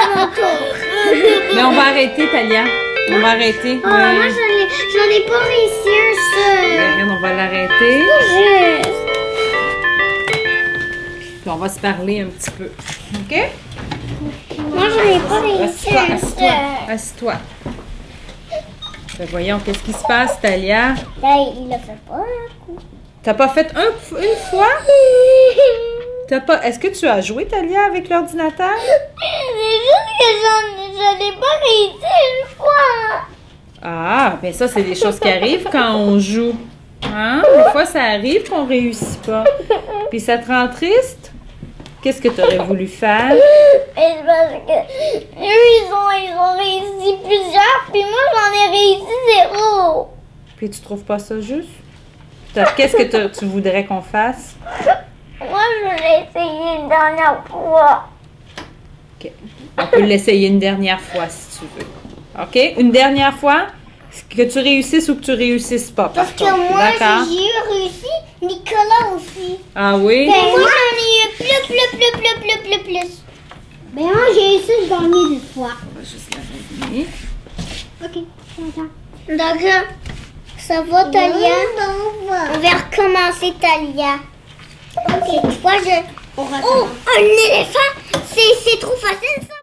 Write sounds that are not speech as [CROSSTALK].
Oh, Mais on va arrêter, Talia. On va arrêter. Oh, Ouais. moi, j'en ai, j'en ai pas réussi un seul. Regarde, on va l'arrêter. Juste. Puis on va se parler un petit peu. OK? Moi, j'en ai pas réussi Assis-toi, un assis-toi, seul. assis-toi. Ben, voyons, qu'est-ce qui se passe, Talia? Ben, il le fait pas [LAUGHS] un coup. T'as pas fait un, f- une fois? T'as pas... Est-ce que tu as joué, Talia, avec l'ordinateur? C'est juste que j'en, j'en ai pas réussi une fois. Ah, ben ça, c'est des choses qui arrivent quand on joue. Hein? Des fois, ça arrive qu'on réussit pas. Puis ça te rend triste? Qu'est-ce que t'aurais voulu faire? Mais c'est parce que eux, ils ont, ils ont réussi plusieurs, puis moi, j'en ai réussi zéro. Puis tu trouves pas ça juste? T'as- Qu'est-ce que t'as- tu voudrais qu'on fasse? Moi, je l'ai essayé une dernière fois. OK. On peut l'essayer une dernière fois si tu veux. OK? Une dernière fois, que tu réussisses ou que tu réussisses pas. par Parce que contre. moi, D'accord? j'ai eu réussi, Nicolas aussi. Ah oui? Ben, moi, j'en ai eu plus, plus, plus, plus, plus, plus, plus. Ben, moi, j'ai réussi le dernier une fois. On va juste Ben, la revenir. Ok, D'accord. Ça va, Talia? On va recommencer, Talia. Ok, toi, je... Oh, un éléphant! C'est c'est trop facile, ça!